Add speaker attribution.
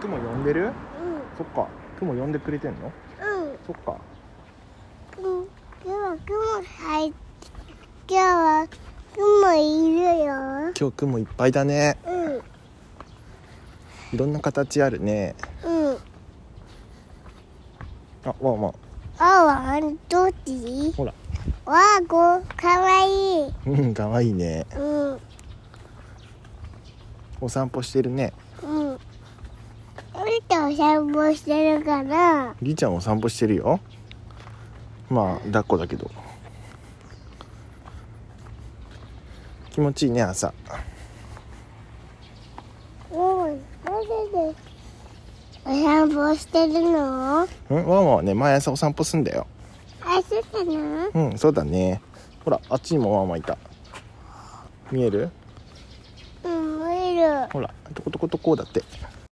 Speaker 1: 雲呼んでる
Speaker 2: うん
Speaker 1: そっか雲呼んでくれてんの
Speaker 2: うん
Speaker 1: そっか
Speaker 2: うん今日は雲入って今日は雲いるよ
Speaker 1: 今日雲いっぱいだね
Speaker 2: うん
Speaker 1: いろんな形あるね
Speaker 2: うん
Speaker 1: あわあわあ
Speaker 2: あわどっち
Speaker 1: ほら
Speaker 2: わあごかわいい
Speaker 1: うんかわいいね
Speaker 2: うん
Speaker 1: お散歩してるね
Speaker 2: うん見てお散歩してるから
Speaker 1: りーちゃんお散歩してるよまあ抱っこだけど気持ちいいね朝
Speaker 2: うんなんでお散歩してるの
Speaker 1: うんワンワンはね毎朝お散歩すんだよ
Speaker 2: あ、そうかな
Speaker 1: うんそうだねほらあっちにもワンワンいた見える
Speaker 2: うん、見る
Speaker 1: ほらトコトコトコだって